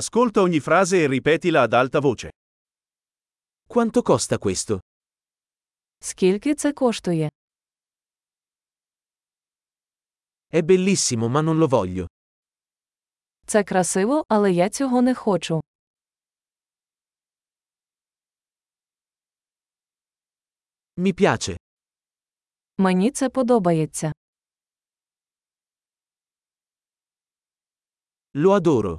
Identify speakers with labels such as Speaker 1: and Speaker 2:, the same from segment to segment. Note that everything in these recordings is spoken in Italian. Speaker 1: Ascolta ogni frase e ripetila ad alta voce. Quanto costa questo?
Speaker 2: Скільки це коштує?
Speaker 1: È bellissimo ma non lo voglio.
Speaker 2: Це красиво, але я цього не хочу.
Speaker 1: Mi piace.
Speaker 2: Мені це подобається.
Speaker 1: Lo adoro.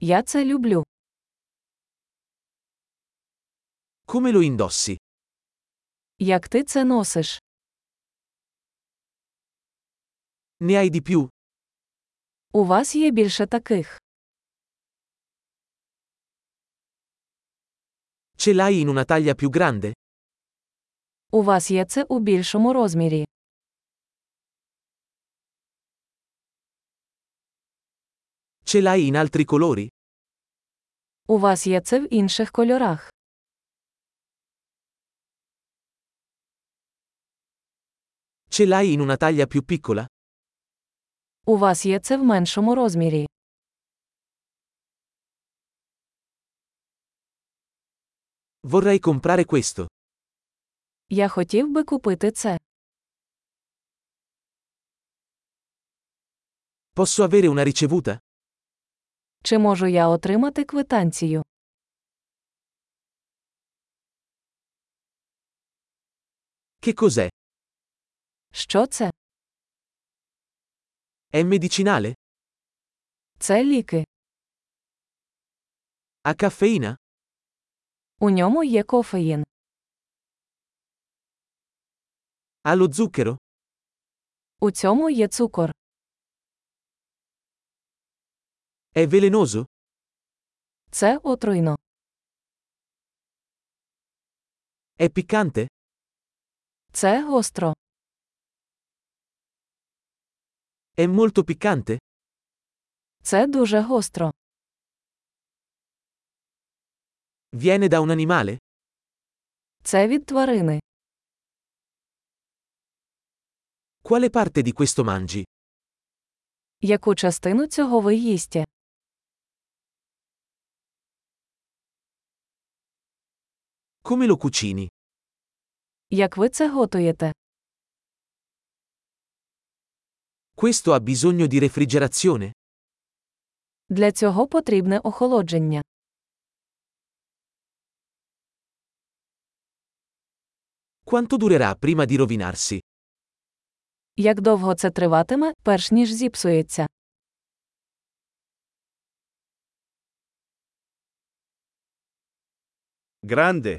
Speaker 2: Я це люблю.
Speaker 1: Come lo indossi?
Speaker 2: Як ти це носиш?
Speaker 1: Ne hai di più?
Speaker 2: У вас є більше таких.
Speaker 1: Ce l'hai in una taglia più grande?
Speaker 2: У вас є це у більшому розмірі.
Speaker 1: Ce l'hai in altri colori?
Speaker 2: У вас є це в інших кольорах.
Speaker 1: Ce l'hai in una taglia più piccola?
Speaker 2: У вас є це в меншому розмірі.
Speaker 1: Vorrei comprare questo.
Speaker 2: Я хотів би купити це.
Speaker 1: Posso avere una ricevuta?
Speaker 2: Чи можу я отримати квитанцію?
Speaker 1: Che cos'è?
Speaker 2: Що це?
Speaker 1: È medicinale?
Speaker 2: Це ліки.
Speaker 1: Ha caffeina?
Speaker 2: У ньому є кофеїн.
Speaker 1: Ha lo zucchero?
Speaker 2: У цьому є цукор.
Speaker 1: È velenoso?
Speaker 2: Це отруйно.
Speaker 1: È piccante?
Speaker 2: Це гостро.
Speaker 1: È molto piccante?
Speaker 2: Це дуже гостро.
Speaker 1: Viene da un animale?
Speaker 2: Це від тварини.
Speaker 1: Quale parte di questo mangi?
Speaker 2: Яку частину цього ви їсте?
Speaker 1: Come lo cucini?
Speaker 2: Як ви це готуєте?
Speaker 1: Questo ha bisogno di refrigerazione?
Speaker 2: Для цього потрібне охолодження.
Speaker 1: Quanto durerà prima di rovinarsi?
Speaker 2: Як довго це триватиме, перш ніж зіпсується?
Speaker 3: Grande,